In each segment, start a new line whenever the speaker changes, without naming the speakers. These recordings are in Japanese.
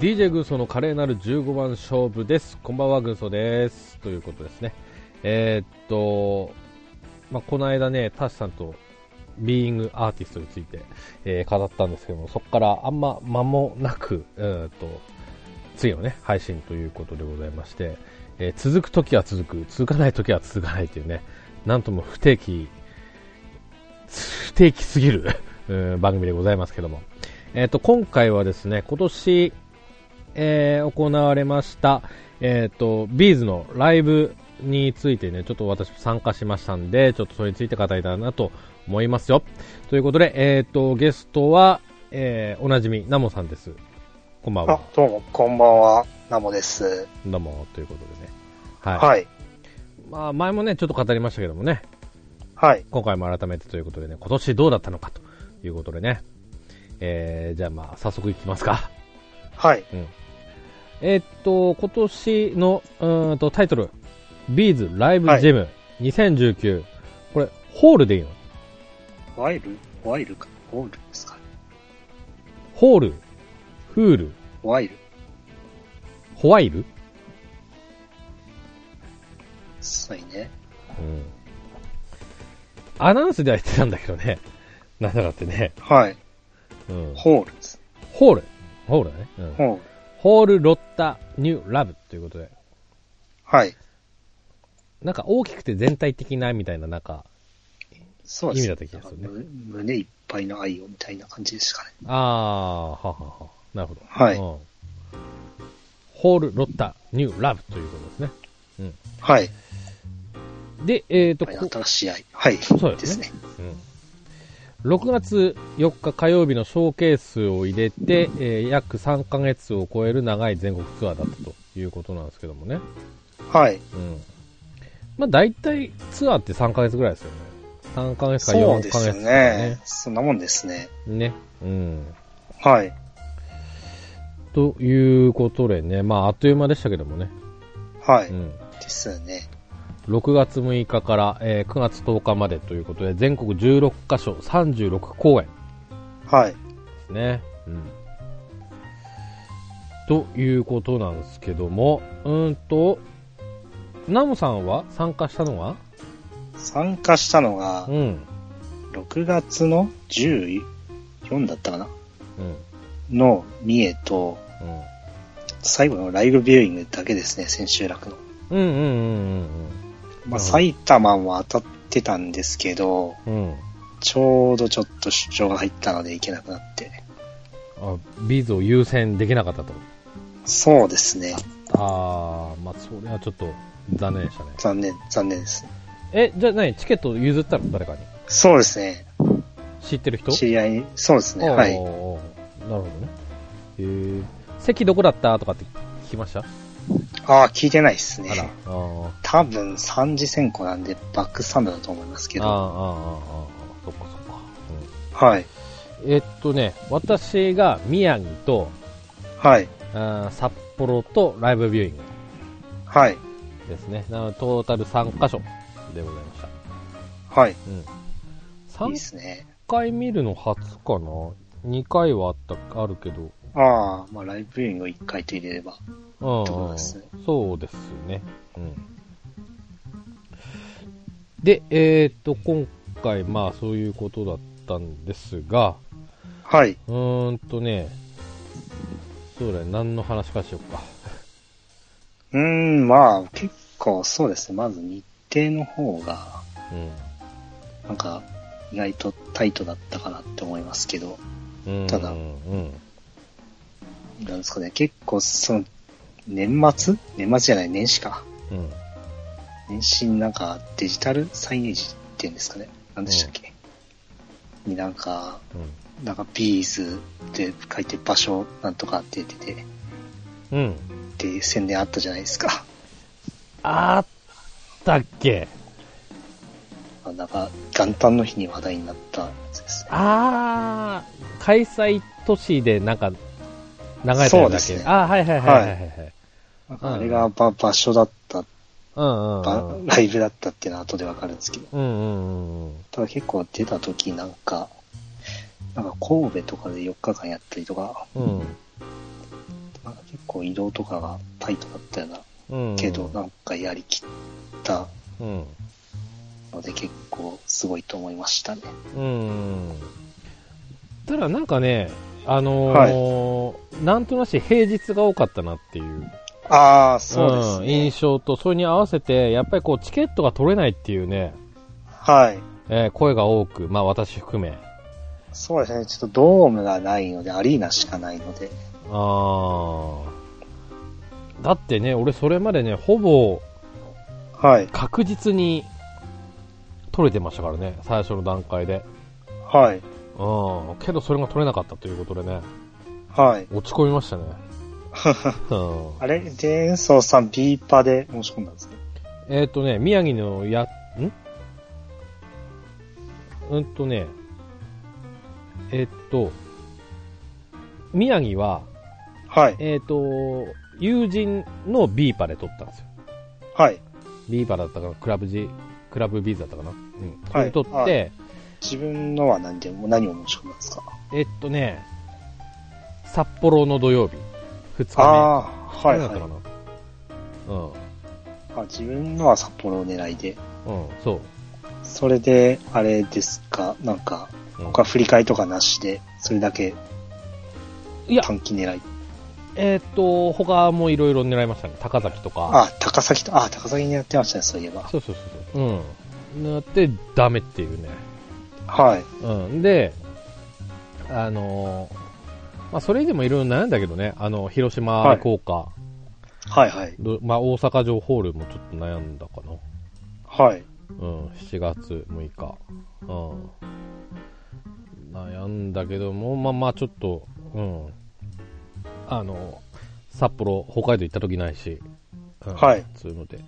DJ 軍曹の華麗なる15番勝負です。こんばんは、軍曹です。ということですね。えーっと、まあ、この間ね、タシさんとビーイングアーティストについて、えー語ったんですけども、そこからあんま間もなく、うーんと、次のね、配信ということでございまして、えー続く時は続く、続かない時は続かないというね、なんとも不定期、不定期すぎる、 うん番組でございますけども。えっ、と、今回はですね、今年、えー行われました、えっ、と、ビーズのライブについてね、ちょっと私参加しましたんで、ちょっとそれについて語りたいなと思いますよ。ということで、えっ、と、ゲストは、えーおなじみ、ナモさんです。こんばんは
あ。、どうも、こんばんは、ナモです。
どうも、ということでね。はい。
はい。
まあ、前もね、ちょっと語りましたけどもね、
はい。
今回も改めてということでね、今年どうだったのかということでね。えー、じゃあまあ、早速いきますか。
はい。
えーっと、今年のうーんとタイトル、ビーズライブジム2019、これ、ホールでいいの
ワイルワイルかホールですかね
ホール、フール、
ワイル
ホワイル、
そういね。
うん、アナウンスでは言ってたんだけどね。なんだかってね。
はい。
うん、
ホールです。
ホール、ホールだね、うん。
ホール。
ホールロッタニューラブということで。
はい。
なんか大きくて全体的なみたいな、なんか、
そうです
意味だった気がするね
なんかむ胸いっぱいの愛をみたいな感じですかね。
あー、ははは。なるほど。
はい
うん、ホールロッタニューラブということですね。
はい。
で、えっ、と、
はい
こ
新しい愛。はい。
そうで
ですす
ね
ね。
うん、6月4日火曜日のショーケースを入れて、えー約3ヶ月を超える長い全国ツアーだったということなんですけどもね。
はい。
うん。まあ大体ツアーって3ヶ月ぐらいですよね。3ヶ月か
そ
4
う
ヶ
で
月
す
とか
ね。そんなもんですね。
ね。ね。うん。
はい。
ということでね、まああっという間でしたけどもね。
は
う
い。
ん。
ですね。
6月6日から、えー9月10日までということで、全国16カ所36公演。
はい。
ね。うん。ということなんですけども、うーんと、ナムさんは参加したのは
参加したのが
う、ん。
6月の14だったかな
うん。
の三重と、最後のライブビューイングだけですね、千秋楽の。
うん。うんうんうんなる
ま
ほど
あ、埼玉も当たってたんですけど、
うんうん。うん。
ちょうどちょっと出張が入ったので行けなくなって。
あ、ビーズを優先できなかったと。
そうですね。
あー、まあ、それはちょっと残念でしたね。
残念、残念です。
え、じゃあ何チケット譲ったの誰かに。
そうですね。
知ってる人
知り合い、そうですね。
おー
はい。
おーなるほどね。えー、席どこだったとかって聞きましたあ
ああ、聞いてないです
ら。あ
ね。
ー。
多分3次選考なんでバックスタンドだと思いますけ
あああ
ど。
あああそっかそっか、
はい。
うんえっとね私が宮城と
はい。
あー札幌とライブビューイング
はい。
ですねなのでトータル3カ所でございました、
はい。
う
いい
ん、
で
3
すね。
回見るの初かな2回はあったあるけど
ああ、まあライブビューイングを1回と入れれば。
うん
ところですね
そうですね、うん、でえっと今回まあそういうことだったんですが
はい。
うーんとね、そうだね、何の話かしようか。
うーん、まあ、結構そうですね。まず日程の方が、
う
なんか、意外とタイトだったかなって思いますけど、
ん。うん
ただ
うん。
なんですかね。結構、その、年末年末じゃない、年始か。
うん。
年始になんか、デジタルサイネージっていうんですかね。なんでしたっけ、になんか、なんか、ビーズって書いて場所なんとかって出てて、
うん。うん。
っていう宣伝あったじゃないですか。
あったっけ
あなんか、元旦の日に話題になったやつですね。
あー、開催都市でなんか、流れたやつだ
そ
っ
う
け
ですね
あーはいはいはいはいはいはい。
なんかあれがば場所だった
うん
ば
うんうん。
ライブだったっていうのは後でわかるんですけど。
うんうんうん。
ただ結構出た時なんか、なんか神戸とかで4日間やったりとか、
うん。
なんか結構移動とかがタイトだったような、
うん。
けど、なんかやりきった
うん。
ので結構すごいと思いましたね。
うん。ただなんかね、あのーなんとなし平日が多かったなっていう
ああ、そうです
うん
ね。
印象と、それに合わせて、やっぱりこうチケットが取れないっていうね、
はい。
えー声が多く、まあ私含め、
そうですね。ちょっとドームがないので、アリーナしかないので。
あーだってね、俺それまでね、ほぼ
はい。
確実に取れてましたからね、最初の段階で。
はい。
うん。けどそれが取れなかったということでね、
はい。
落ち込みま したね。うん
あれで、演奏さん、ビーパで申し込んだんですね。
えっ、とね、宮城のや、んうんとね、えっ、と、宮城は、
はい。
えっ、と、友人のビーパで撮ったんですよ。
はい。
ビーパだったかな、クラブ G、クラブビーズだったかな。うん。そ
は
れ
い
撮って、
はい自分のは何でも、何を申し込んだんですか
えっ、とね、札幌の土曜日、2日目。
ああー、はい、
だっ
は
た
い
か。な。
あ自分のは札幌を狙いで。
うん。うん、そう。
それで、あれですか、なんか、
うん
他振り替えとかなしで、それだけ
いや、
短期狙い。
えっ、と、他もいろいろ狙いましたね。高崎とか。
あ、高崎と、あ、高崎にやってましたね、そういえば。
そうそうそうそう。うん。なって、ダメっていうね。
はい。
うん。で、あのーまあ、それ以外もいろいろ悩んだけどね。あの、広島
はい
福岡、
はいはい。
どまあ、大阪城ホールもちょっと悩んだかな。
はい。
うん。7月6日。うん。悩んだけども、まあまあちょっと、うん。あの、札幌、北海道行った時ないし、うん、
はい。
そういうので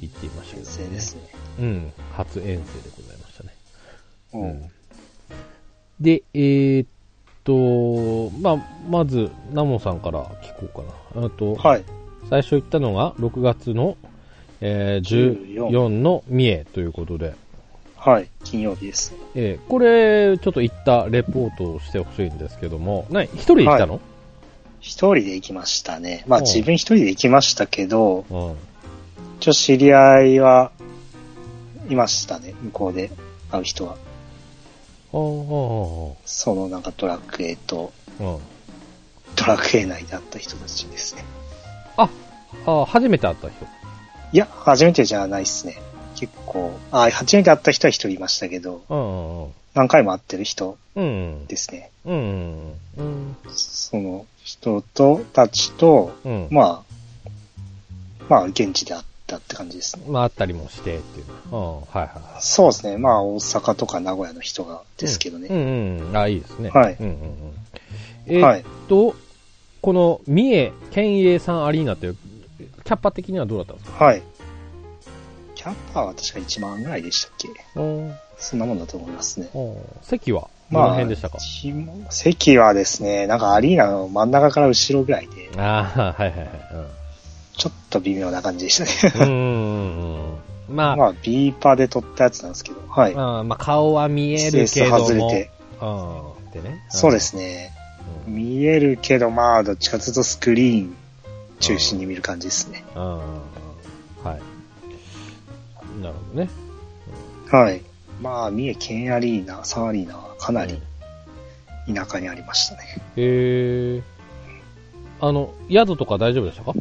行っていましたけ
遠
ど、
征ですね。
うん。初遠征でございましたね。
うん。
で、えーっと、まあ、まず、ナモさんから聞こうかな。あと、
はい。
最初言ったのが6月の、えー
14
14の三重ということで、
はい。金曜日です。
えーこれ、ちょっと行ったレポートをしてほしいんですけども、な一人で行ったの、
一人で行きましたね。まあ
うん
自分一人で行きましたけど、
うん。
ちょっと知り合いは、いましたね、向こうで会う人は。
あ
そのなんかドラクエと、
あ、うん。
ドラクエ内で会った人たちですね。
あ、あ初めて会った人。
いや、初めてじゃないっすね。結構、あ、初めて会った人は一人いましたけど、
うんうん
何回も会ってる人
うん。
ですね。
うん。うん。うん。
その人と、たちと、
うん。ま
まあ、まあ、現地で会ったって感じですね。
あ、あったりもしてっていう。うん。はいはい。
そうですね。まあ、大阪とか名古屋の人がですけど
うん
ね。
うんうん。あ、いいですね。
はい
うんうんうん、え
は
ー
い
っ。と、この三重県営さんアリーナって、キャッパ的にはどうだったんですか
はい。キャンパーは確か1万ぐらいでしたっけ
うん
そんなもんだと思いますね。
うん席はど
まあ
の辺でしたか、
ひも席はですね、なんかアリーナの真ん中から後ろぐらいで、
ああ、はいはいは
ちょっと微妙な感じでしたね。
い。うん。うんうんうん。まあ、ま
まあ、ビーパーで撮ったやつなんですけど、はい。
あ、まあ、顔は見え
スペー
るけ
ス
ども。
外れて。
うん。でね。
そうですね。
うん。
見えるけど、まあ、どっちかというとスクリーン中心に見る感じですね。
うん。うんはい。なるほどね。
はい。まあ、三重県アリーナ、サンアリーナはかなり田舎にありましたね。
へえ。あの、宿とか大丈夫でしたか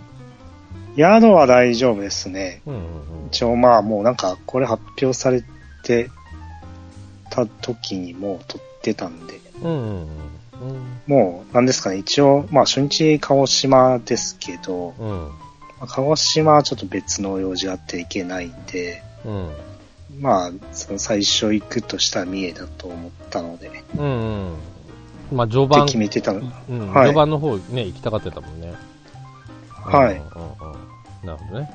宿は大丈夫ですね。
うんうんうん。
一応まあ、もうなんか、これ発表されてた時にもう撮ってたんで、
うんうんうん
もう、なんですかね、一応、まあ、初日鹿児島ですけど、
うん
まあ鹿児島はちょっと別の用事があって行けないんで、
うん
まあ、その最初行くとしたら三重だと思ったので、って
うんうんまあ序盤、
決めてたの。
うん
はい
序盤の方ね行きたがってたもんね
はい
うんうんうんなるほどね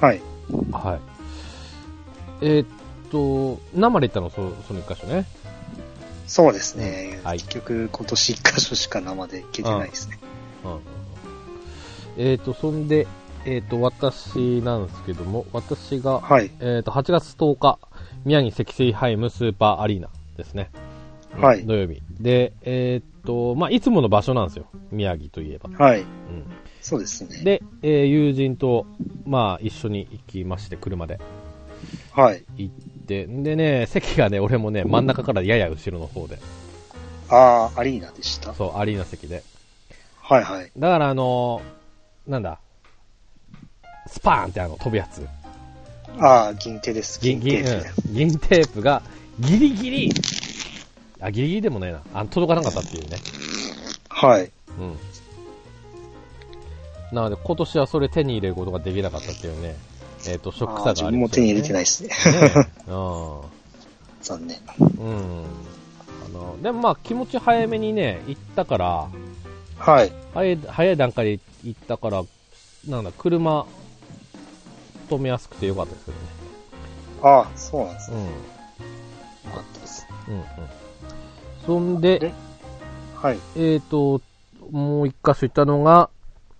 はい。
はいえーっと生で行ったのそその一箇所ね
そうですね。
はい
結局、今年一箇所しか生で行けてないですね。
うんうんうんえーっとそんでえーっと私なんですけども私が、
はい。
えーっと8月10日宮城積水ハイムスーパーアリーナですね
はい
土曜日。で、えーっと、まあ、いつもの場所なんですよ。宮城といえば。
はい。
う
そうですね。
ん、で、えー友人と、まあ、一緒に行きまして、車で
はい。
行って、でね、席がね、俺もね、真ん中からやや後ろの方で、
ああ、アリーナでした。
そう、アリーナ席で。
はいはい。
だから、あのーなんだ、スパーンってあの、飛ぶやつ。
ああ、銀手です。
銀
銀手
銀うん銀テープが、ギリギリ、あ、ギリギリでもないな。あ、届かなかったっていうね。
はい。
うん。なので、今年はそれ手に入れることができなかったっていうね、えっ、と、ショックさがあ
あー自
り
分
ま
も
す
手
よ
に
ね
入れてないですね。
ねえうん。
残念。
うん。あの、でもまあ気持ち早めにね、行ったから、
はい。
早い、早い段階で行ったから、なんだ、車、止めやすくてよかったですけどね。
ああ、そうなんですね。
う
よかったです。
ん。うんうん。そんで
え、はい。
えっ、と、もう一箇所行ったのが、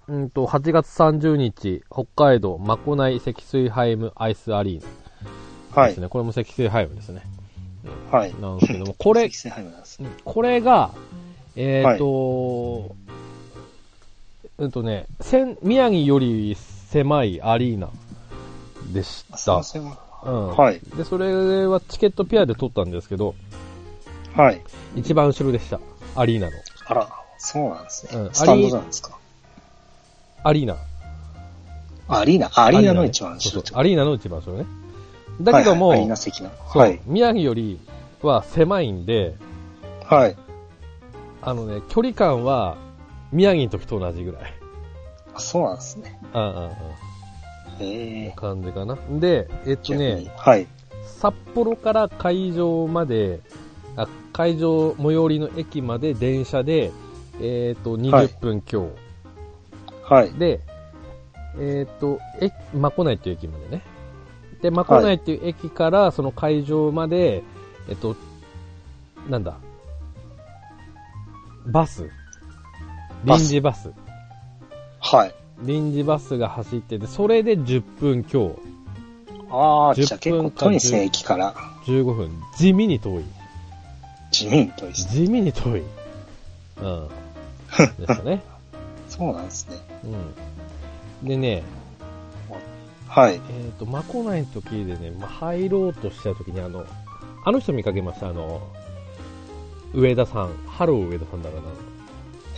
うんと、8月30日、北海道真古内積水ハイムアイスアリーナ
は
です
い。
ね。これも積水ハイムですね。
はい。
なんですけ ども、これ
積、水ハイムなんです。
うんこれが、えっ、と、うんとね、せん宮城より狭いアリーナでし
あ、すい
た
ま。せん。は
うん
い。
で、それはチケットペアで取ったんですけど、
はい。
一番後ろでした。アリーナの。
あら、そうなんです
う
ね
ん。
スタンドなんですか。
アリーナ。
あアリーナ、あア
ア
リーナの一番後
そう
ろ
そうアリーナの一番後ろね。だけども、
はいはいアリーナ席の。
そう
はい。
宮城よりは狭いんで、
はい。
あのね、距離感は宮城の時と同じぐらい。
あ、そうなんですね。
うんうんう
へ
ん。
え。
感じかな。で、えっと
逆に
ね、
はい。
札幌から会場まで、あ会場最寄りの駅まで電車で、えっ、と、
はい
20分強。
はい。
で、えっ、と、え、まこないっていう駅までね。で、まこないっていう駅から、その会場まで、えっ、と、なんだ、バス。臨
バス
時バス。
はい。
臨時バスが走ってて、それで10分強、
ああ、
10
じゃあ結構遠いですね、駅から。
15分。地味に遠い。
地味に遠いですね。
地味に遠い。うん。でした ね。
そうなんですね。
うん。でね、
はい。
えっ、と、まこないの時でね、まあ、入ろうとした時に、あの、あの人見かけました、あの、上田さん、ハロー上田さんだからな、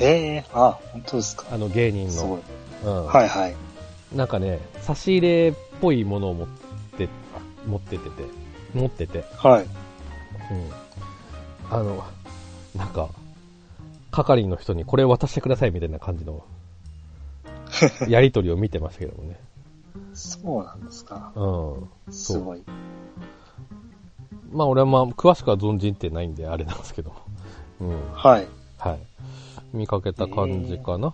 ええあ、本当ですか。
あの芸人
すごい
の。。うん。
はいはい。
なんかね、差し入れっぽいものを持って、持っててて、持ってて、
はい。
うん。あの、なんか、係の人にこれ渡してくださいみたいな感じ の、やりとりを見てましたけどもね。
そうなんですか。
うん。
すごい。
まあ俺はまあ詳しくは存じてないんであれなんですけど。うん。
はい。
はい。見かけた感じかな。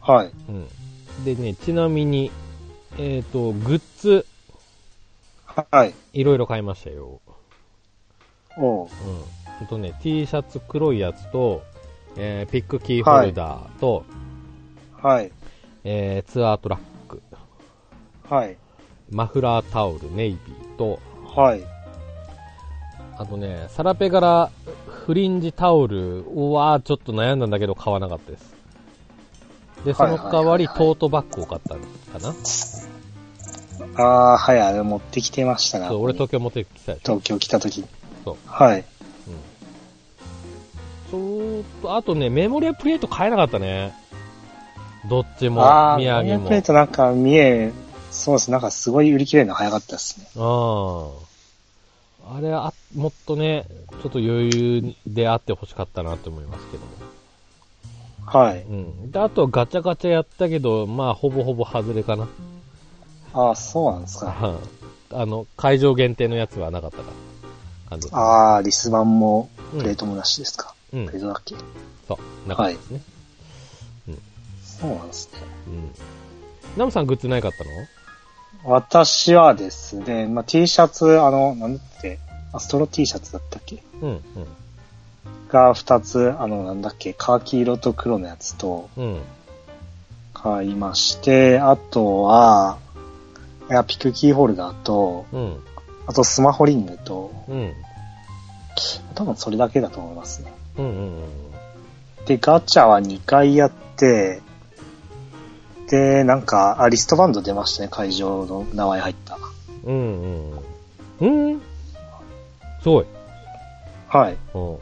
はい。
うん。でね、ちなみに、えっ、と、グッズ、
はい。
いろいろ買いましたよ。
お
う
う
ん。ほんとね、T シャツ黒いやつと、えーピックキーホルダーと、
はい。
えーツアートラック、
はい。
マフラータオル、ネイビーと、
はい。
あとね、サラペガラフリンジタオルはちょっと悩んだんだけど買わなかったです。で、その代わり
はいはいはい
トー
はい
トバッグを買ったのかな。
ああ、はい。あれ持ってきてましたな。
そう、俺東京持ってきたでしょ。
東京来た時
そう
はい。
うん。ちょっと、あとね、メモリアプレート買えなかったね。どっちも
あ、あ、
宮城
宮
も。
プレートなんか見え、そうです。なんかすごい売り切れるの早かったですね。
うん。あれあ、もっとね、ちょっと余裕であってほしかったなと思いますけども。
は
う
い。
ん。で、あとはガチャガチャやったけど、まあ、ほぼほぼ外れかな。
ああ、そうなんですか。
うんあの、会場限定のやつはなかったから。感じ
ああ、リス版も
うん
プレートもなしですか。
うん
プレー。トだっけ
そう、なかったですね。
そうなんですね。
うん。ナムさんグッズないかったの
私はですね、まあ、T シャツ、あの、なんて、アストロ T シャツだったっけ
うん、
が2つ、あの、なんだっけ、カーキ色と黒のやつと
うん、うん。
買いまして、あとは、いやピクキーホルダーと、
うん、
あとスマホリングと、
うん。
多分それだけだと思いますね。
うんうんうん。
で、ガチャは2回やって、で、なんか、あリストバンド出ましたね、会場の名前入った。
うんうんうん。うんすごい。
はい。
うん。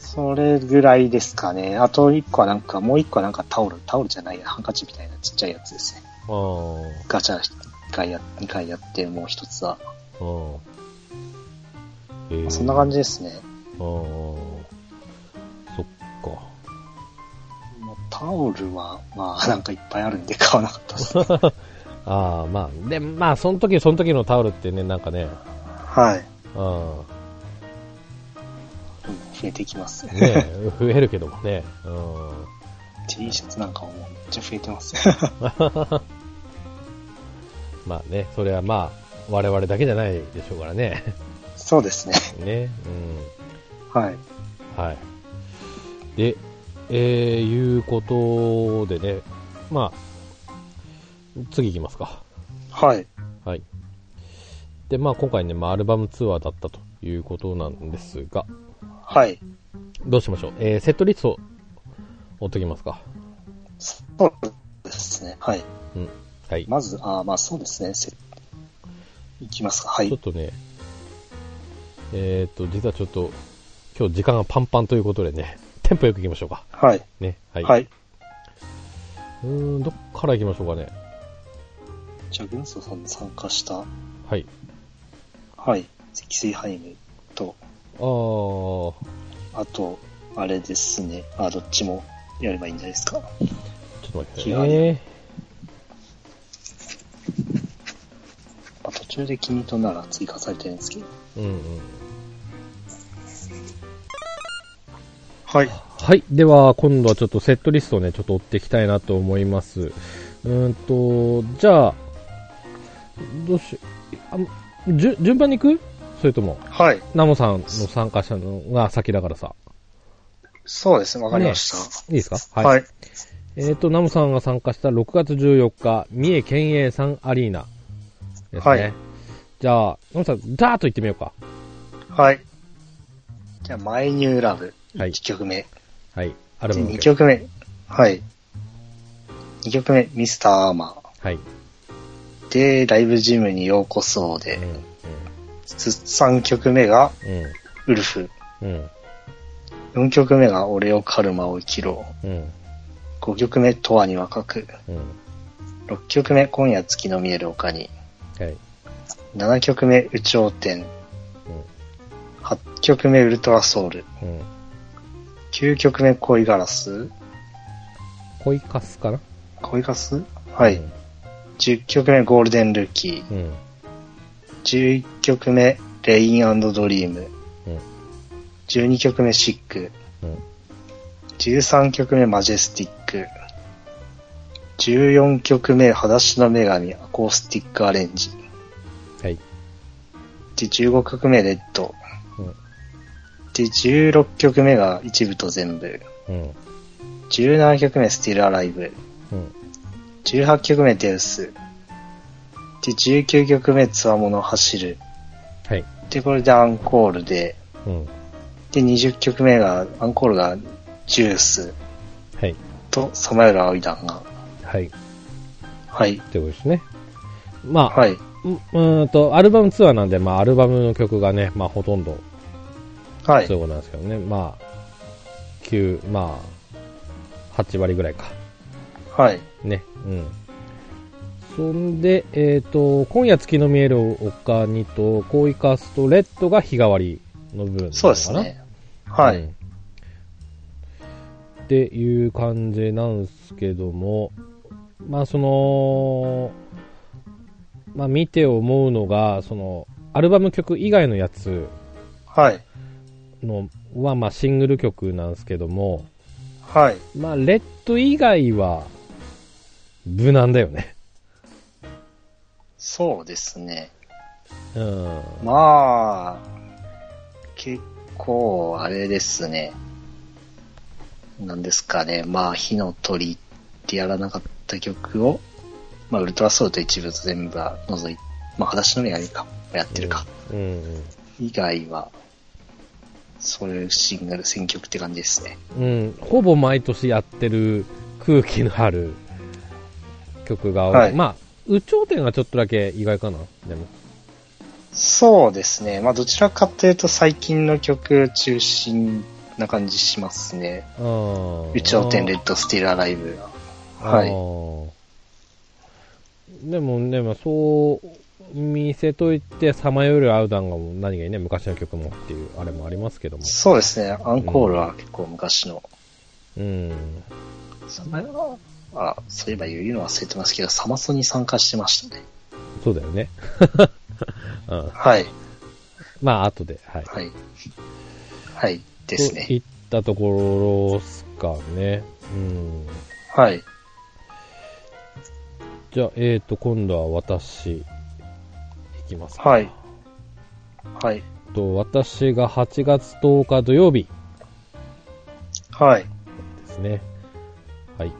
それぐらいですかね。あと1個はなんか、もう1個はなんかタオル、タオルじゃないや、ハンカチみたいなちっちゃいやつですね。
あー
ガチャ1回や、2回やって、もう1つは。
あー。えー
そんな感じですね。
ああ。そっか。
もうタオルは、まあ、なんかいっぱいあるんで買わなかったですね。
ああ、まあ。で、まあ、その時その時のタオルってね、なんかね、
はい。
うん。
うん増えてきますね。
ね増えるけどもね。うん。
T シャツなんかももうめっちゃ増えてます。
まあね、それはまあ、我々だけじゃないでしょうからね。
そうですね。
ね。
はい。
うん。はい。で、えー、いうことでね、まあ、次行きますか。
はい。
はい。で、まあ今回ね、まあアルバムツアーだったということなんですが、
はい。
どうしましょう。えー、セットリストを追っときますか。
そうですね。はい。
うん。はい。
まず、あーまあそうですね。せいきますか。
ち
は
ょっ
い。
とね、えっ、と、実はちょっと、今日時間がパンパンということでね、テンポよく行きましょうか。
はい。
ね。はい。
はい。
うーん、どっから行きましょうかね。
じゃあ、軍曹さんの参加した、
はい。
はい。積水ハイムと、
あー、
あと、あれですね。あー、どっちもやればいいんじゃないです
ちょ
か。
っと待ってく
気
ださ
が
いね。
まあ、途中で君となら追加されてるんですけど。
うんうん。
はい。
はい。では、今度はちょっとセットリストをね、ちょっと追っていきたいなと思います。うーんと、じゃあ、どうしよう。あじゅ順番に行くそれとも、
はい。
ナモさんの参加者のが先だからさ。
そうですね。わ
わ
かりました。
いいですか
はい。
えっ、と、ナムさんが参加した6月14日、三重県営サンアリーナですね。
はい
じゃあ、ナムさん、ダーッと言ってみようか。
はい。じゃあ、マイニューラブ。
はい
1曲目。
はい。アルバム
2曲目。はい。2曲目、ミスターアーマ
はい。
ー。で、ライブジムにようこそ
う
で
ん、。
3曲目が、ウルフ。
うん。うん。
4曲目が、俺をカルマを生きろ
うん。
う。5曲目、とわに若く。
うん。
6曲目、今夜月の見える丘に。
はい。
7曲目、宇頂天。8曲目、ウルトラソウル。
うん。うん。
9曲目、恋ガラス。
恋カスかな
恋ガラスはい。。10曲目、ゴールデンルーキー。
うん。
11曲目、レインドリーム。
うん。
12曲目、シック。
うん。
13曲目、マジェスティック。14曲目、裸足の女神、アコースティックアレンジ。
はい。
で、15曲目、レッド。
うん。
で、16曲目が一部と全部。
うん。
17曲目、スティルアライブ。
うん。
18曲目、デウス。で、19曲目、つわもの走る。
はい。
で、これでアンコールで。
うん。
で、20曲目が、アンコールが、ジュース
はい。
と、さまよる葵団が。
はい。
はい。
ということですね。まあ、
はい。
ううーんと、アルバムツアーなんで、まあ、アルバムの曲がね、まあ、ほとんど
は
そう
い。
いうことなんですけどね、まあ、9、まあ、8割ぐらいか。
はい。
ね、うん。そんで、えっ、と、今夜月の見える丘にと、恋カスとレッドが日替わりの部分なのかな
そうですね。は
う
い。
んっていう感じなんですけども、まあその、まあ見て思うのが、その、アルバム曲以外のやつ
はい。
のは、まあシングル曲なんですけども、
はい。
まあレッド以外は、無難だよね。
そうですね。
うん。
まあ、結構、あれですね。なんですかね。まあ、火の鳥ってやらなかった曲を、まあ、ウルトラソウルと一部と全部は除い、まあ、裸足の女神か、やってるか。
うん。
以外は、そういうシングル選曲って感じですね。
うん、ほぼ毎年やってる空気のある曲が多い、
はい
まあ、有頂天がちょっとだけ意外かな、でも。
そうですね。まあ、どちらかというと最近の曲中心な感じしますね。
あ
宇宙天レ
で
ッドスティールアライブ。
は
はい
い。あーでもね、まあ、そう見せといて、さまよるアウダンがもう何がいいね、昔の曲もっていう、あれもありますけども。
そうですね。アンコールは結構昔の。
うん。
サマはあ、そういえば言うの忘れてますけど、サマソに参加してましたね。
そうだよね。 うん、
はい。
まあ、後で、はい。
はい。はい。です
とい
ね。
ったところですかね。うん。
はい。
じゃあ、えーと、今度は私、いきますか。
はい。はい。
えっと、私が8月10日土曜日
はい。
ですね。はい。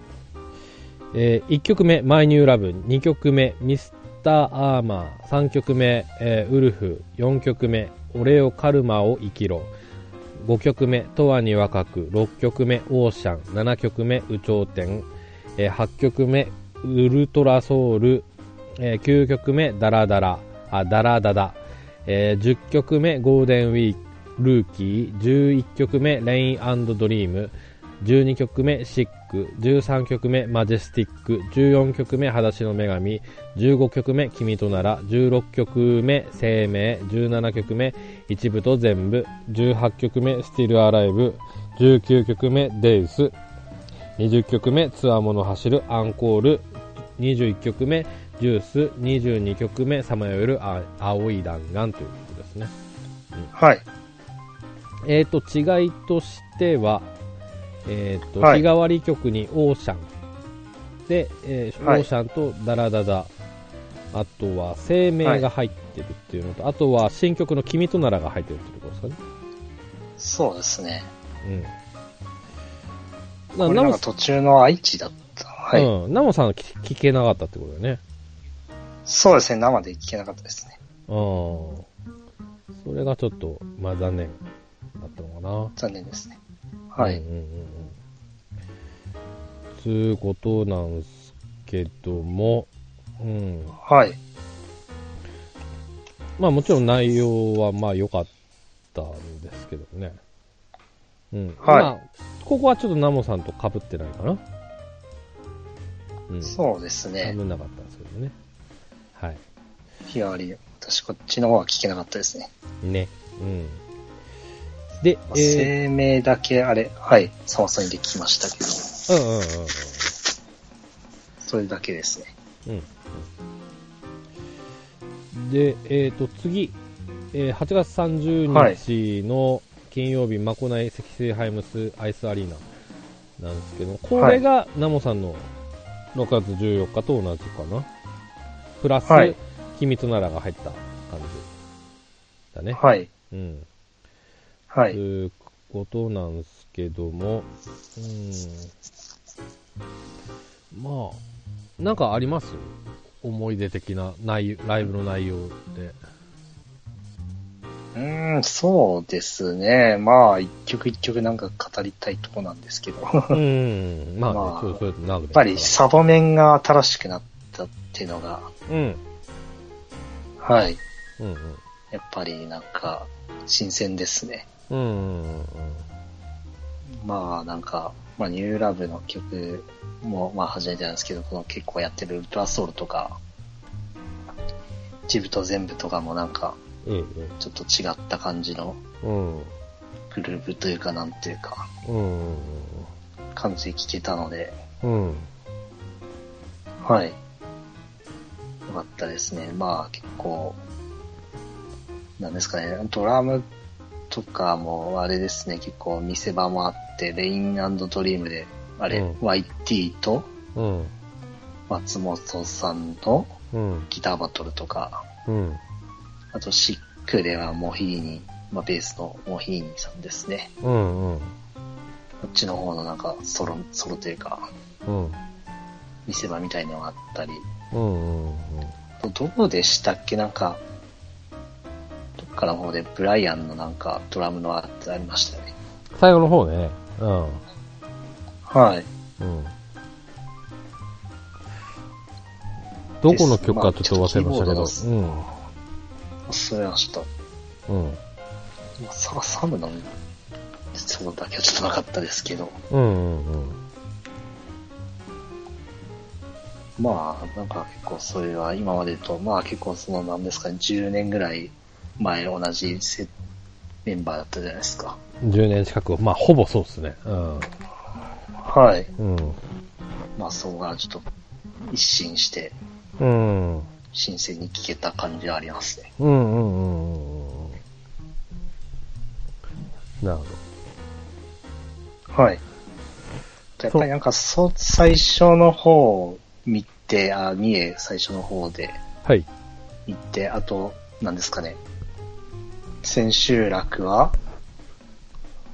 えー1曲目、マイニューラブ。2曲目、ミスターアーマー。3曲目、えーウルフ。4曲目、俺をカルマを生きろ。5曲目、とわに若く。6曲目、オーシャン。7曲目、有頂天。えー8曲目、ウルトラソウル。えー9曲目、ダラダラ。あ、ダラダダ。えー10曲目、ゴールデンウィーク。ルーキー11曲目、レインドリーム12曲目、シック13曲目、マジェスティック14曲目、裸足の女神15曲目、君となら16曲目、生命17曲目、一部と全部18曲目、スティルアライブ19曲目、デイス20曲目、つわもの走るアンコール21曲目、ジュース22曲目、さまよえるあ青い弾丸ということですね
はい。
えー、と違いとしては、えーと
はい
日替わり曲にオーシャンで、えー
はい
オーシャンとダラダダあとは生命が入ってるっていうのと、あとは新曲の「君となら」が入ってるってことですかね
そうですね。
うん
これ
ナ
なん
モ
か途中の愛知だった。はい。
うん、ナモさんは聞聞けなかったってことだよね
そうですね。生で聞けなかったですね。
うんそれがちょっと、まあ、残念だったのかな
残念ですね。は
う
い
ん。うんうんうん。つうことなんすけども、うん。
はい。
まあもちろん内容はまあ良かったんですけどね。うん。
はい
まあ、ここはちょっとナモさんと被ってないかな。うん。
そうです
被
ね。
んなかったんですけどね。はい。
日替わり。私、こっちの方は聞けなかったですね。
ね。うん。で、えー
声明だけ、あれ、はい。サマソニで聞きましたけど、
うんうんうんうん。
それだけですね。
うん、で、えっ、と、次、えー8月30日の金曜日、まこない積水ハイムスアイスアリーナなんですけど、これがナモさんの6月14日と同じかな。プラス、
はい
君とならが入った感じだね。
はい。
うん。
は
と
い。
いうことなんですけども、うん。まあ、なんかあります思い出的な内容ライブの内容で。
うーん、そうですね。まあ、一曲一曲なんか語りたいとこなんですけど、やっ
うん。まあ、ね、
まあ
ちょっとそれと長くやっ
ぱりサボメンが新しくなったっていうのが、
うん。
はい。
うんうん。
やっぱりなんか、新鮮ですね。
うんうんうん
まあ、なんか、まあ、ニューラブの曲も、まあ、初めてなんですけど、この結構やってるウルトラソウルとか、一部と全部とかもなんか、
うん。えええ
ちょっと違った感じの
え。うん。
グループというか、なんていうか、
うんうん
感じで聴けたので、
うん。うん。
はい。よかったですね。まあ結構、なんですかね、ドラムとかもあれですね、結構見せ場もあって、レインドリームで、あれ、
うん
YT と
うん。
松本さんの
うん。
ギターバトルとか、
うん。
あとシックではモヒーニ、まあベースのモヒーニさんですね。
うん。うん。
こっちの方のなんかソロ、ソロというか、
うん。
見せ場みたいのがあったり、
うん。うん。
どうでしたっけなんか、かの方で、ブライアンのなんかドラムのあありましたよね。
最後の方ね。うん。
はい。
うん。どこの曲かちょっと忘れましたけ
まあ
ど。
ち忘れました。
うん。うん。
まさかサムのそのだけはちょっとなかったですけど、
うんうんうん。
まあ、なんか結構それは今までと、まあ結構そのなんですかね、10年ぐらい前同じセメンバーだったじゃないですか。
10年近く、まあ、ほぼそうですね。うん。
はい。
うん。
まあそこがちょっと一新して、
うん。
新鮮に聞けた感じはありますね。
うんうんうんうんうん。なるほ
はい。やっぱりなんかそ、最初の方を見て、あ、三重最初の方で、
ど。はい。
行って、あと、何ですかね。千秋楽は、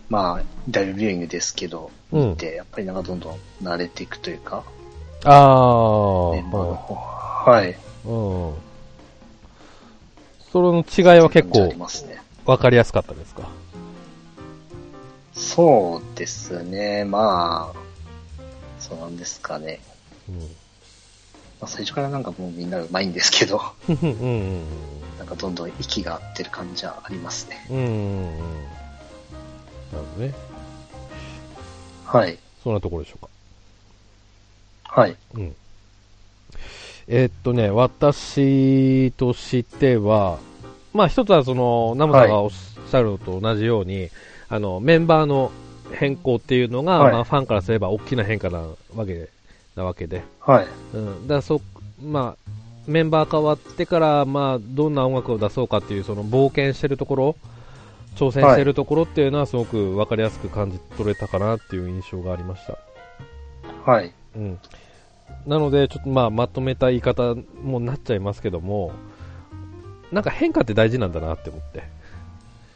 まあ、ダイブビューイングですけど、
うん
見て、やっぱりなんかどんどん慣れていくというか、
ああ、
メンバーの方。はい。
うん。その違いは結
そうい
構
う感じありますね。
分かりやすかったですか。
そうですね、まあ、そうなんですかね。
う
まあ、最初からなんかもうみんなうまいんですけど、
ん。うんうん
なんかどんどん息が合ってる感じはありますね。
うん。うんうんうん。なるほどね。
はい。
そんなところでしょうか。
はい。
うん。えーっとね、私としては、まあ一つはその、ナムさんがおっしゃるのと同じように、あの、メンバーの変更っていうのが、
はい
まあファンからすれば大きな変化なわけで、なわけで。
はい。
うん。だからそ、まあ、メンバー変わってから、まあ、どんな音楽を出そうかっていう、その冒険してるところ、挑戦してるところっていうのはすごく分かりやすく感じ取れたかなっていう印象がありました。
はい。
うん、なので、ちょっとまあまとめた言い方もなっちゃいますけども、なんか変化って大事なんだなって思って、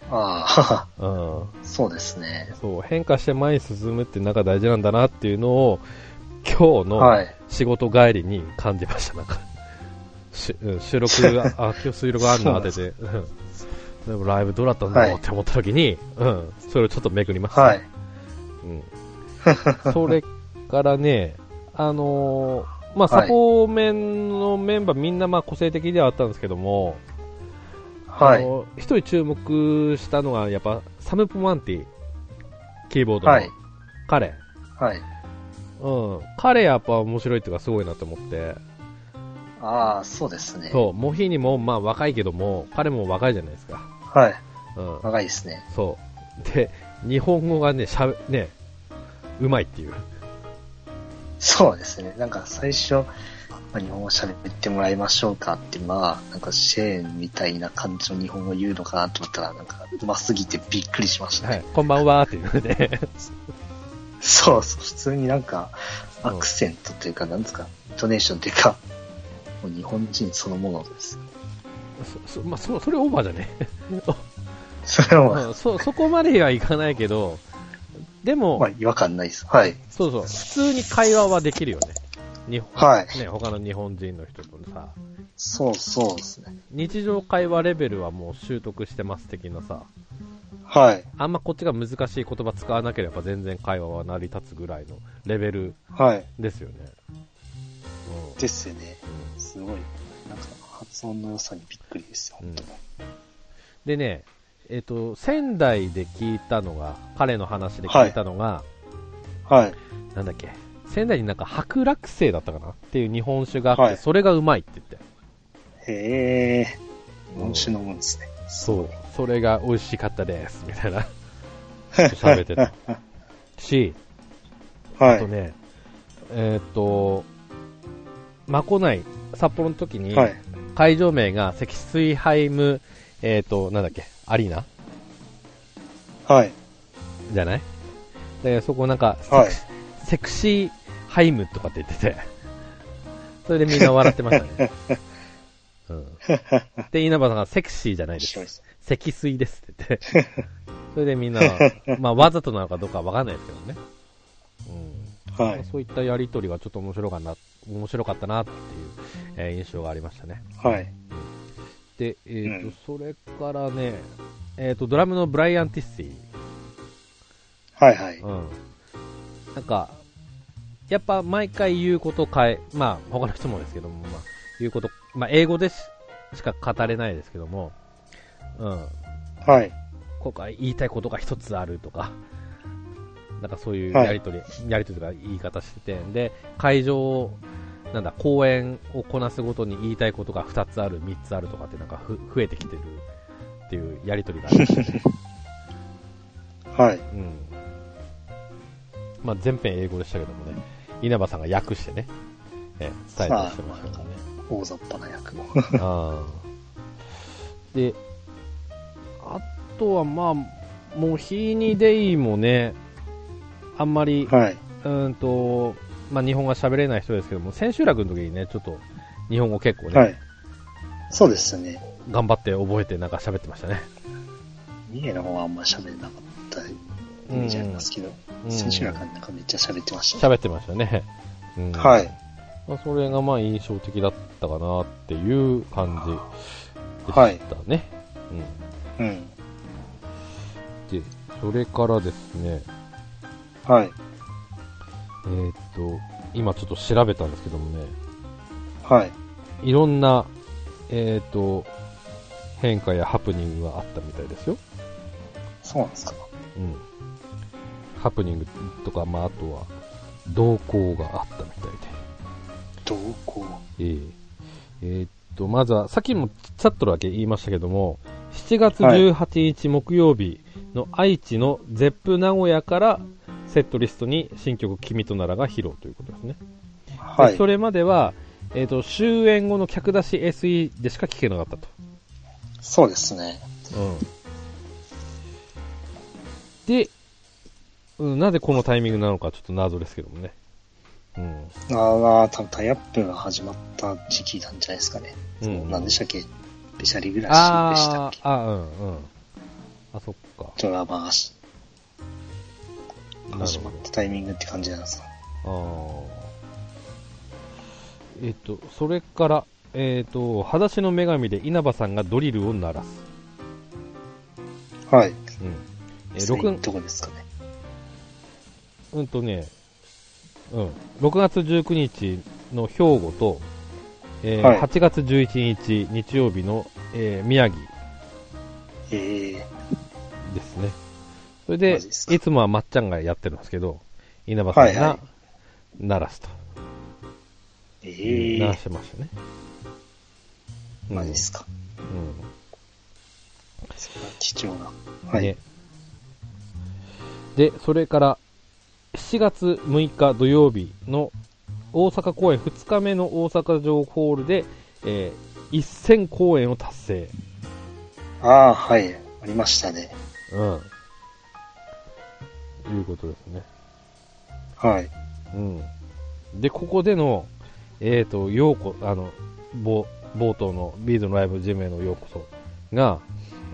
あ
う
あ、そうですね
ん、。そう変化して前に進むってなんか大事なんだなっていうのを、今日の
はい。
仕事帰りに感じました、なんか、しうん収 録が、あ、今日収録があるなってて、うんでもライブどうだったんだろうって思った時に、うん、それをちょっとめくりました。
はい。
うん、 それからね、あのーまあ、サポーメンのメンバー、みんなまあ個性的ではあったんですけども、
は
あ
い。
の一人注目したのが、やっぱサム・ポマンティ、キーボードの
はい
彼、
はい。
うん、彼やっぱ面白いっていうか、すごいなと思って、
ああ、そうですね。
そうモヒにもまあ若いけども、彼も若いじゃないですか、
はい。
うん、
長いですね。
そうで日本語がね、しゃべねうまいっていう。
そうですね。なんか最初、まあ日本語喋ってもらいましょうかって、まあ、なんかシェーンみたいな感じの日本語言うのかなと思ったら、なんか上手すぎてびっくりしました
は
ね。
い、こんばんはっていうので、
そうそう、普通になんか
うん
アクセントというか、なんですか、イントネーションというか、もう日本人そのものです。
そそまあ、そそれオーバーじゃね
それは、ま
うんそそこまではいかないけど、でも、
あ、まあ、違和感ないです。はい。
そうそう、普通に会話はできるよね。日本
はい。
ね、他の日本人の人とさ、
そうそうですね。
日常会話レベルはもう習得してます的なさ、
はい。
あんまこっちが難しい言葉使わなければ全然会話は成り立つぐらいのレベル
はい。
ですよね。
ですよね。
うんうん
すごい。なんか発音の良さにびっくりですよ、
うん
本当に。
でね、えっ、と、仙台で聞いたのが、彼の話で聞いたのが、
はい。
なんだっけ、仙台になんか白楽星だったかなっていう日本酒があって、
はい
それがうまいって言って。
へえ。日本酒飲むんですね。
そう。それが美味しかったです、みたいな。 喋ってた。し、
は
あと
い。
ね、えーっと、まこない、札幌の時に、
はい。
会場名が積水ハイム、えーっと、なんだっけ、アリーナ
はい。
じゃないで、そこなんか、
はい。
セクシーハイムとかって言ってて、それでみんな笑ってました ね。うん、で、稲葉さんがセクシーじゃない
面
です
白い。です。
積水ですって言って。それでみんな、まあわざとなのかどうかわかんないですけどね。うん。
はい。
そういったやりとりがちょっと面白かな、面白かったなっていう、えー印象がありましたね。
はい。
で、えーと
うん
それからね、えーとドラムのブライアン・ティッシ
はいはい。
ー、うん、なんか、やっぱ毎回言うこと変え、まあ他の人もですけども、まあ、言うこと、まあ、英語でししか語れないですけども、うん、
はい。
今回言いたいことが一つあるとか、なんかそういうやりとり、やりとりとか言い方してて、で、会場、なんだ、公演をこなすごとに言いたいことが二つある、三つあるとかってなんかふ増えてきてるっていうやりとりがあるんですよね。
はい。
うん。まあ全編英語でしたけどもね、稲葉さんが訳してね、えー伝えたりしてましたけどね。
大雑把な役 も。
あーで、あとはまあ、もうヒーニデイもね、あんまり、
はい。
うーんと、まあ日本が喋れない人ですけども、千秋楽の時にね、ちょっと日本語結構ね、
はい。そうですね。
頑張って覚えてなんか喋ってましたね。
三重の方はあんま喋れなかったイメージありますけど、
うん
千秋楽なんかめっちゃ喋ってましたね。
喋ってましたね。うん
はい。。
まあ、それがまあ印象的だったかなっていう感じでしたね。うん
うん。
で、それからですね、
はい。
えーっと、今ちょっと調べたんですけどもね、
はい。
いろんな、えーっと、変化やハプニングがあったみたいですよ。
そうなんですか。
うん。ハプニングとか、まあ、あとは、動向があったみたい
どうこう。
で。えええーっと、まずは、さっきもチャットだけ言いましたけども、7月
はい
18日木曜日の愛知のゼップ名古屋から、セットリストに新曲「君となら」が披露ということですね。
は
で
い
そ。れまでは、えー、と終演後の客出し SE でしか聴けなかったと、
そうですね。
で、うん、なぜこのタイミングなのかちょっと謎ですけどもね、うん、
ああ、多分タイアップが始まった時期なんじゃないですかね。
う
うんん、何でしたっけベシャリ暮らしでした
あ
っけ
ーあうんうんあそっか
ドラマがし
なる
始
ほ
まっ
ど
たタイミングって感じなんですか。
あーえっ、とそれからえっ、と裸足の女神で稲葉さんがドリルを鳴らす、
はい。
うんえー
そう
録
い
音
うとこですかね。
うんとね、うん、6月19日の兵庫と、えー
はい
8月11日日曜日の、えー宮城
ええ
ですね。それで、
マジっすか
いつもはまっちゃんがやってるんですけど、稲葉さん
はいは
が
い
鳴らすと。
ええ
鳴らしてましたね。
マジですか。
うん
それは貴重な。はい。
ね。で、それから、7月6日土曜日の大阪公演2日目の大阪城ホールで、えー1000公演を達成。
ああ、はい。ありましたね。
うん。いうことですね。
はい。
うん。で、ここでの、えっ、と、ようこ、あの、冒冒頭のビーズのライブ GM へのようこそが、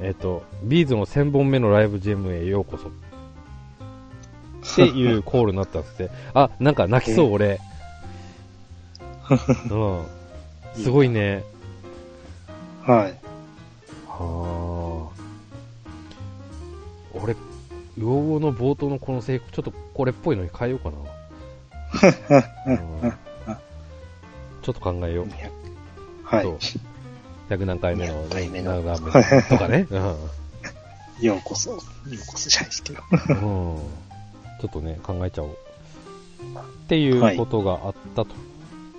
えっ、と、ビーズの1000本目のライブ GM へようこそっていうコールになったんですって。 あ、なんか泣きそう、 俺。うん。すごいね。
はい。
はあ。俺、用語の冒頭のこのセリフ、ちょっとこれっぽいのに変えようかな。うんちょっと考えよう。
200は
そう
い。
100何回目の、
100回目の
何回 目とかね。うん
ようこそ、ようこそじゃないですけど。
うんちょっとね、考えちゃおう。っていうことがあったと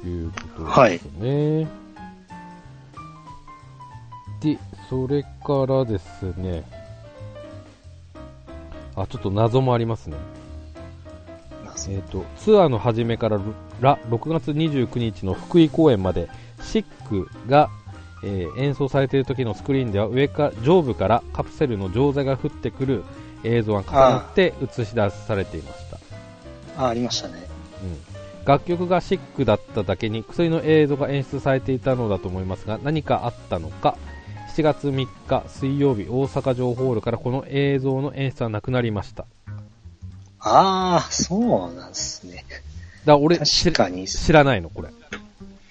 いうことですね。で、それからですね、あ、ちょっと謎もありますね。えー、とツアーの始めからら6月29日の福井公演までシックが、えー演奏されている時のスクリーンでは上か上部からカプセルの錠剤が降ってくる映像が重なって映し出されていました、
ああ、ありましたね。
うん、楽曲がシックだっただけに薬の映像が演出されていたのだと思いますが何かあったのか7月3日水曜日大阪城ホールからこの映像の演出はなくなりました
ああ、そうなんです
だ
ね。
から俺知
確
ら
かに。
知らないのこれ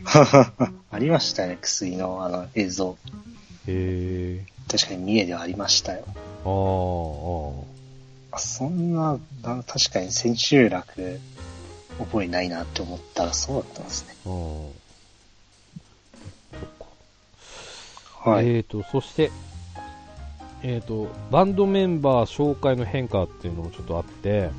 ありましたね、薬のあの映像。
へえ。
確かに三重ではありましたよ。
あー
あそんな、な確かに千秋楽、覚えないなって思ったらそうだったんですね。
あー、あーそっか。
はい。
えーと、そして、えーと、バンドメンバー紹介の変化っていうのもちょっとあって、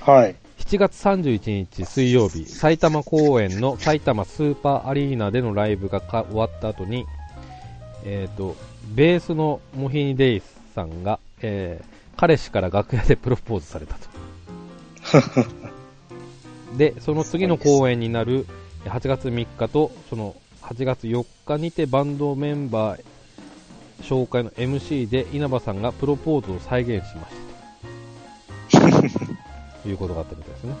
はい。
7月31日水曜日、埼玉公演の埼玉スーパーアリーナでのライブがか終わった後に、えーと、ベースのモヒニデイさんが、えー彼氏から楽屋でプロポーズされたと。で、その次の公演になる8月3日と、その8月4日にてバンドメンバー紹介の MC で稲葉さんがプロポーズを再現しましたということがあったみたいですね。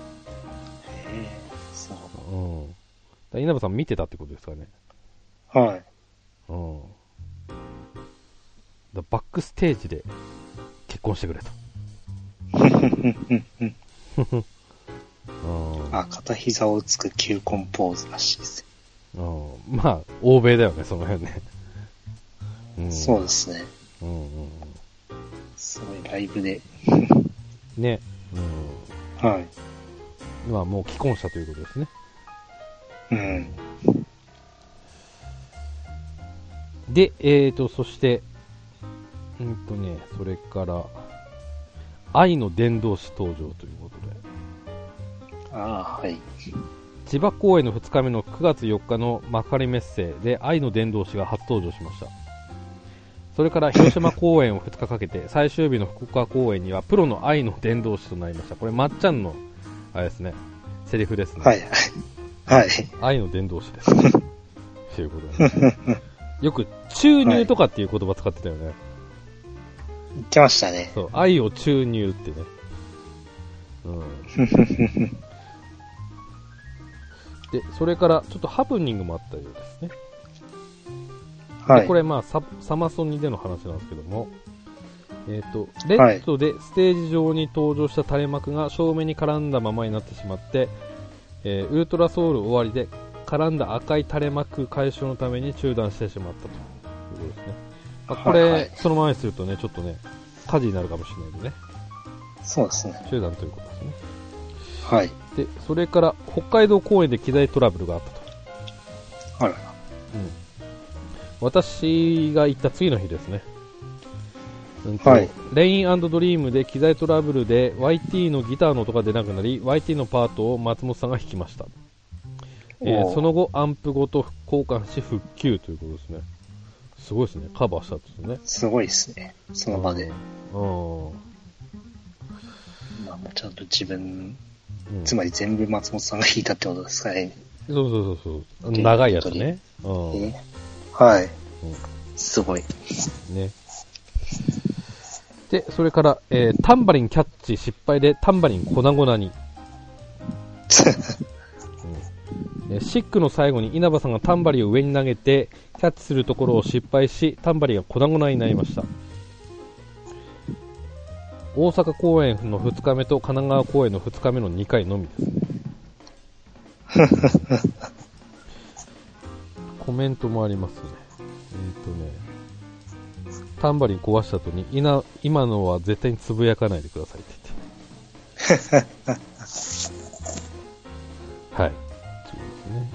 えーそ
うん。だから稲葉さん見てたってことですかね。
う。はい。
うん。だバックステージで結婚してくれと。うん。
あ、片膝をつく球根ポーズらしいです。
うん。まあ、欧米だよね、その辺ね。うん、
そうですね。
うんうんうん。
すごいライブで。
ね。
は
うん。まあ、もう既婚者ということですね。
い。うん。
で、えーと、そして、うんとね、それから、愛の伝道師登場ということで。
ああ、はい。
千葉公演の2日目の9月4日の幕張メッセで愛の伝道師が初登場しましたそれから広島公演を2日かけて 最終日の福岡公演にはプロの愛の伝道師となりましたこれまっちゃんのあれですねセリフですね、
はい。 はい。
愛の伝道師です ということで、 よく注入とかっていう言葉使ってたよね、
言ってましたね。
そう愛を注入ってねうん でそれからちょっとハプニングもあったようですね
は
で
い。
これ、まあサ、サマソニでの話なんですけども、えっとレッドでステージ上に登場した垂れ幕が正面に絡んだままになってしまって、えーウルトラソウル終わりで絡んだ赤い垂れ幕解消のために中断してしまったということですね、まあこれ、
はいはい
そのままにするとねちょっとね火事になるかもしれないんでね
そうですね。
中断ということですね
はい。
でそれから北海道公演で機材トラブルがあったと
あら。
うん私が行った次の日ですね、うんと
はい
レインドリームで機材トラブルで YT のギターの音が出なくなり YT のパートを松本さんが弾きました、えー
おう
その後アンプごと交換し復旧ということですねすごいですねカバーしたんですね
すごいですね。その場で。
うんうん
まあ、もうちゃんと自分、
うん
つまり全部松本さんが弾いたってことですかね。
そうそうそうそう長いやつねうん
えはい。
うん
すごい。
ね。で、それから、えータンバリンキャッチ失敗でタンバリン粉々に。うんえーシックの最後に稲葉さんがタンバリンを上に投げてキャッチするところを失敗しタンバリンが粉々になりました大阪公演の2日目と神奈川公演の2日目の2回のみですねコメントもありますねえっ、とねタンバリン壊した後にいな今のは絶対につぶやかないでくださいって言ってはいそうですね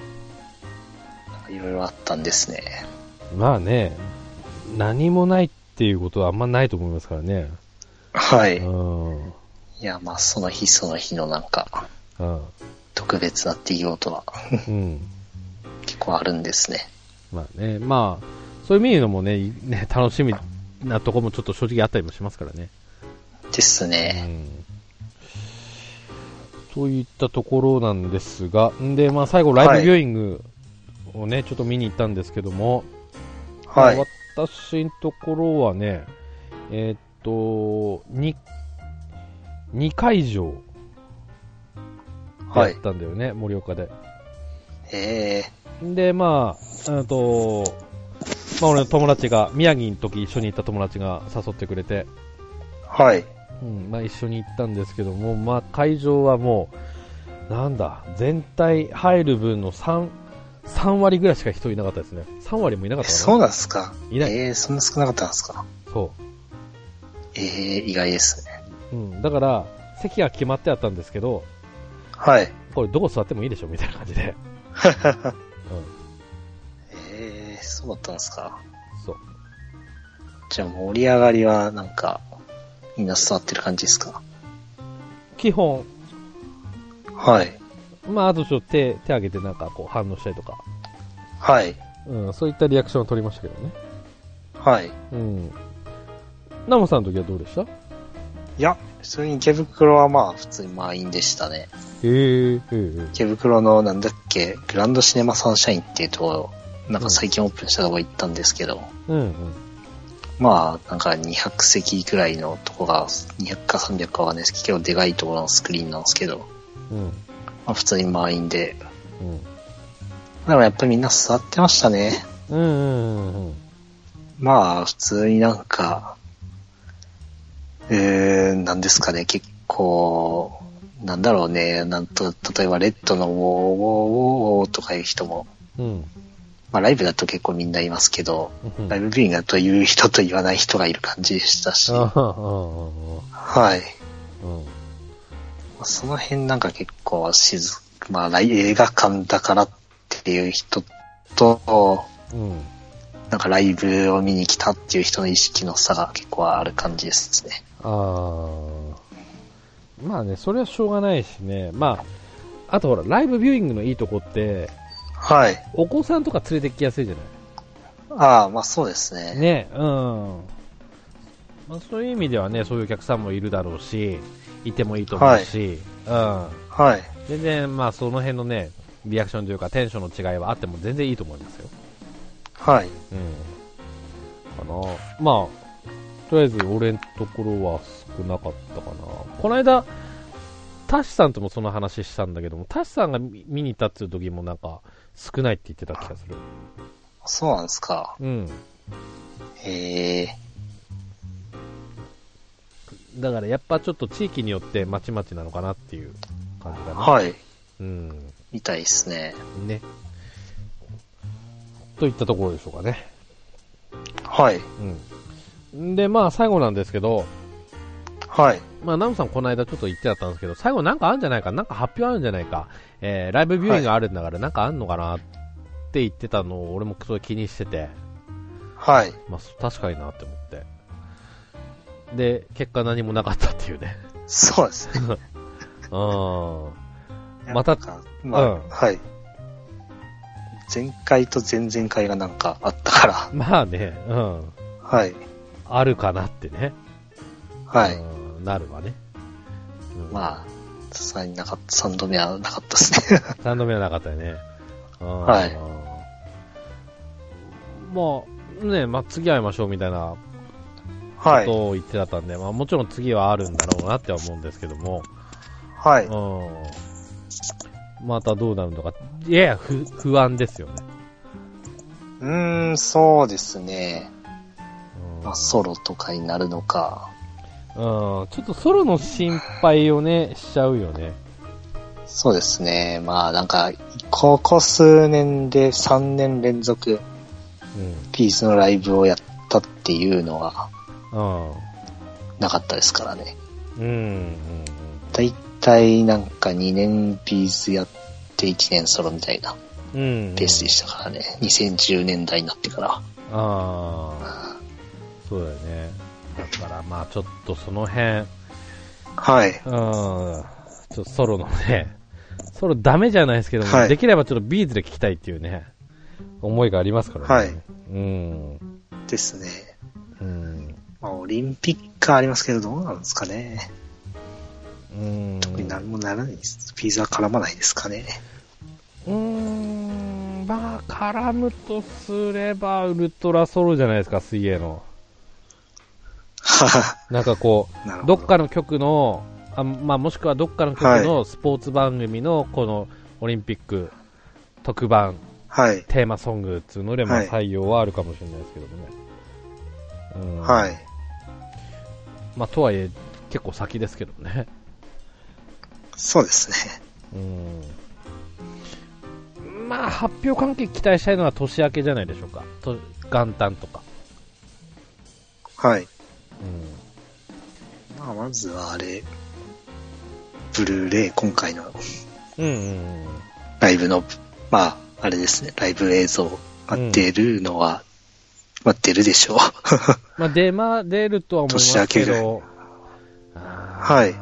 なんかいろいろあったんですね。
まあね、何もないっていうことはあんまないと思いますからね。
はい。
う
い
ん。うん。
や、まあ、その日その日のなんか、特別な出来事は
うん。
結構あるんですね。
まあね、まあ、そういう意味でのもね、いね楽しみなとこもちょっと正直あったりもしますからね。
ですね。
といったところなんですが、んで、まあ最後ライブビューイングをね、ちょっと見に行ったんですけども、
はい。
私のところはね、えーっと、に2会場
は
やっ
い。
たんだよね、盛岡で。
え
で、まあ、うんと、まあ俺の友達が、宮城の時一緒に行った友達が誘ってくれて、
ー、はい。
うん、まあ一緒に行ったんですけども、まあ会場はもう、なんだ、全体入る分の3、 3割ぐらいしか人いなかったですね。3割もいなかったかな。
そうなんですか。
いない
えー、そんな少なかったんですか。
そ
えー、意外ですね。
う。うん。だから、席が決まってあったんですけど、
はい。
これどこ座ってもいいでしょみたいな感じで。
えー、そうだったんですか。
うん。そう。
じゃあ盛り上がりはなんか、みんな座ってる感じですか。
基本、
はい。
まあ、あとちょっと手、手挙げてなんかこう反応したりとか、
はい。
うん、そういったリアクションを取りましたけどね。
はい。
うん。ナモさんの時はどうでしたへ
いや、普通に池袋はまあ普通に満員でしたね。
え、え
池袋のなんだっけ、グランドシネマサンシャインっていうところ、なんか最近オープンしたとこ行ったんですけど、
え。うんうん。
まあなんか200席くらいのとこが、200か300かわかんないですけど、結構でかいところのスクリーンなんですけど、
うん。
まあ普通に満員で、
うん。
でもやっぱりみんな座ってましたね。
うんうんうんうん。
まあ、普通になんか、えー、なんですかね、結構、なんだろうね、なんと、例えばレッドのウォーウォーウォーウォーとかいう人も、
うん。
まあライブだと結構みんないますけど、
うん
ライブビューイングだと言う人と言わない人がいる感じでしたし、
ああ、ああ
は
あ
い。
あうん。
まあその辺なんか結構静か、まあ来映画館だからっていう人と、
うん。
なんかライブを見に来たっていう人の意識の差が結構ある感じですね。
ああ。まあね、それはしょうがないしね。まあ、あとほら、ライブビューイングのいいとこって、
はい。
お子さんとか連れてきやすいじゃない
ああ、まあそうですね。
ね、うん。まあ、そういう意味ではね、そういうお客さんもいるだろうし、いてもいいと思うし、
は
う
い。
ん。全然、まあ、その辺のね、リアクションというか、テンションの違いはあっても全然いいと思いますよ。
はい。
うん。かなまあ、とりあえず俺のところは少なかったかな。この間、タシさんともその話したんだけども、タシさんが見見に行ったっていう時もなんか、少ないって言ってた気がする。
そうなんですか。
うん。
へえ。
だからやっぱちょっと地域によってまちまちなのかなっていう感じだな。
はい。
うん。
みたいですね。
ね。といったところでしょうかね。
はい。
うん。で、まあ最後なんですけど、
はい。
まあナムさんこの間ちょっと言ってあったんですけど、最後なんかあるんじゃないか、なんか発表あるんじゃないか、えー、ライブビューイングあるんだからなんかあんのかなって言ってたのを俺もそれ気にしてて、
はい。
まあそ確かになって思って。で、結果何もなかったっていう ね。
そうですね。
うん。 また
なんか、まあ、
うん
はい。前回と前々回がなんかあったから。
まあね、うん。
はい。
あるかなってね。
はい。
うんなるわね。うん
まあ、さすがになかった、3度目はなかったですね。
3度目はなかったよね。
はい
い。まあ、ね、まあ次会いましょうみたいなこ
はい。
とを言ってたんで、まあもちろん次はあるんだろうなっては思うんですけども、。
はいう
ん。またどうなるのか、いやや不不安ですよね。
うーん、そうですね。
うん
まあ、ソロとかになるのか。
うん、ちょっとソロの心配をね、しちゃうよね。
そうですね。まあなんか、ここ数年で3年連続
うん。
ピースのライブをやったっていうのは
うん。
なかったですからね。
うん。うん
だいたいなんか2年ピースやって1年ソロみたいな
うん。うん。
ペースでしたからね。2010年代になってから。
ああ、そうだよね。だからまあちょっとその辺、うん、ち
はい。
ょっとソロのね、 ソロダメじゃないですけども、
はい
できればちょっとビーズで聞きたいっていうね、思いがありますからね。
は
う
い
ん。
ですね。
うん。
まあオリンピックありますけどどうなんですかね。
うん。
何もならないです。ピースは絡まないですかね。
うーん、まあ絡むとすればウルトラソロじゃないですか、水泳の。
はは
なんかこう、
なるほ
ど
ど。
っかの局の、あまあ、もしくはどっかの局のスポーツ番組のこのオリンピック特番、
はい。
テーマソングっていうので、まあ、
はい
採用はあるかもしれないですけどもね。うん
はい。
まあ、とはいえ、結構先ですけどね。
そうですね。
うん。まあ、発表関係期待したいのは年明けじゃないでしょうか。と元旦とか。
はい。
う
まあ、まずはあれ、ブルーレイ、今回の
ん。うんうん
ライブの、まあ、あれですね、ライブ映像、待ってるのは、待ってる でしょう。
まあ、出ま、出るとは思いますけ
年
ど。は
はい。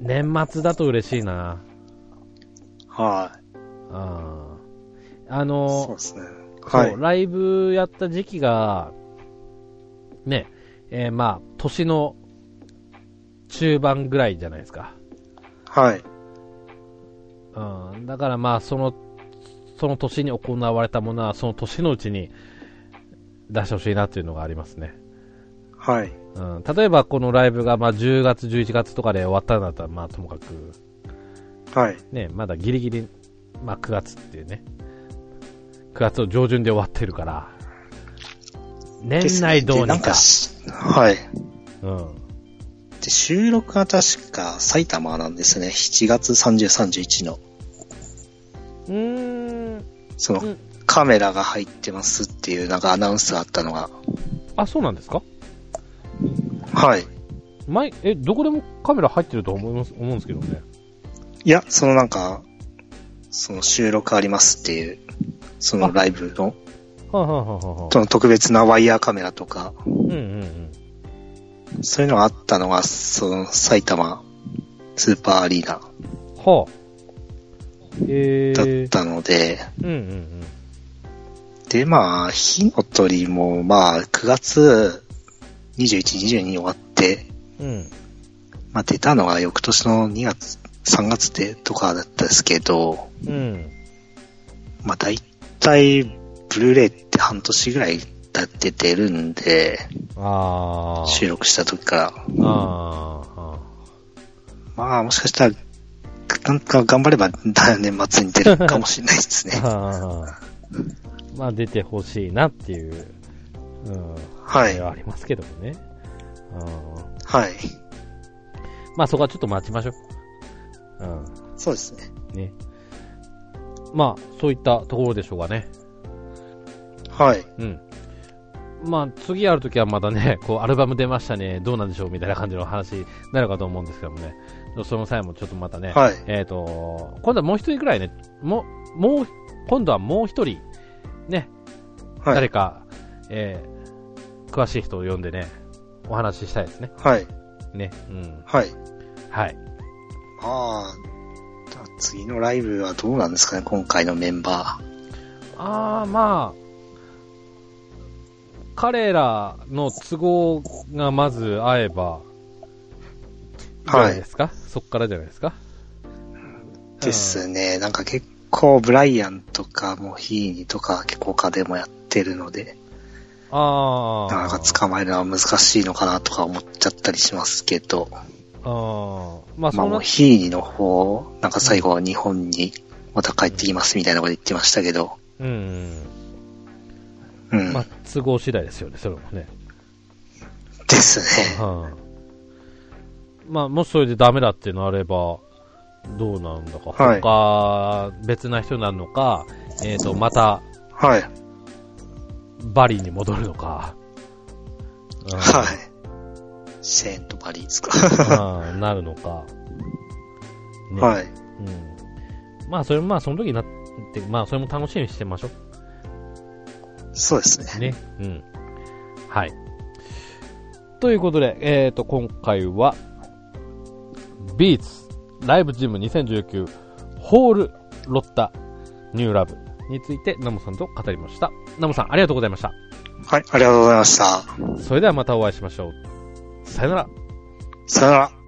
年末だと嬉しいな。
はい。
あーあ
そうで
の、
すね。
そう
はい。
ライブやった時期が、ね、えーまあ、年の中盤ぐらいじゃないですか。
はい。
うん、だからまあその、その年に行われたものは、その年のうちに出してほしいなというのがありますね。
はい。
うん、例えばこのライブがまあ10月、11月とかで終わったんだったら、まあともかく、
はい。
ね、まだギリギリ、まあ9月っていうね、9月の上旬で終わってるから、年内どう
でな
に
ん
か
か。しはい。
うん。
で、収録が確か埼玉なんですね。7月30、31の。
うーん、
その、
うん
カメラが入ってますっていうなんかアナウンスがあったのが。
あ、そうなんですか
はい。
前、え、どこでもカメラ入ってると思います、思うんですけどね。
いや、そのなんか、その収録ありますっていう、そのライブの、
はあ、はあはあはあ
その特別なワイヤーカメラとか、
うんうんうん。
そういうのがあったのが、その埼玉スーパーアリーナ
はあ。え
だっ
ー、
たので、
うんうんうん。
で、まあ、火の鳥も、まあ、9月21、22に終わって、
うん。
まあ、出たのが翌年の2月、3月でとかだったですけど、
うん。
まあ、大体、ブルーレイって半年ぐらい経って出るんで、
あー。
収録した時から。
あーあ
まあ、もしかしたら、なんか頑張れば、だ年末に出るかもしれないです
ー。
ね。
あー。まあ、出てほしいなっていう、うん。あ
はい
れ。はありますけどもね。うん。
はい。
まあ、そこはちょっと待ちましょう。
そうですね。
うん。ね。まあ、そういったところでしょうかね。
はい。
うん。まあ、次やるときはまたね、 こう、アルバム出ましたね、どうなんでしょうみたいな感じの話になるかと思うんですけどもね。その際もちょっとまたね、
はい。
えっ、と、今度はもう一人くらいね、もう、もう、今度はもう一人、ね、
は
誰
い。
か、えー詳しい人を呼んでね、お話ししたいですね。
はい。
ね、うん。
はい。
はい。
まあ、次のライブはどうなんですかね、今回のメンバー。
あー、まあ、彼らの都合がまず合えば、じゃ
は
ない
い
で。すか、そっからじゃないですか
ですね。なんか結構、ブライアンとか、モヒーニとか、結構他でもやってるので、
ああ。
なかなか捕まえるのは難しいのかなとか思っちゃったりしますけど、
ああ。まあ、
まあ、
そん
モ
な、
ヒーニの方、なんか最後は日本にまた帰ってきますみたいなこと言ってましたけど、
うんうん。
うん。
まあ、都合次第ですよね、それもね。
ですね。
はいまあ、もしそれでダメだってなれば、どうなんだか。
はい
他、別な人になるのか、えっ、と、また、
はい。
バリに戻るのか。うん
はい。シェーンとパリですか。
うんなるのか。ね
はい。
うん。まあ、それもまあ、その時になって、まあ、それも楽しみにしてましょう。
そうですね。
ね。うん。はい。ということで、えっ、と、今回は、ビーツライブジム2019ホールロッタニューラブについてナモさんと語りました。ナモさん、ありがとうございました。
はい。ありがとうございました。
それではまたお会いしましょう。さよなら。
さよなら。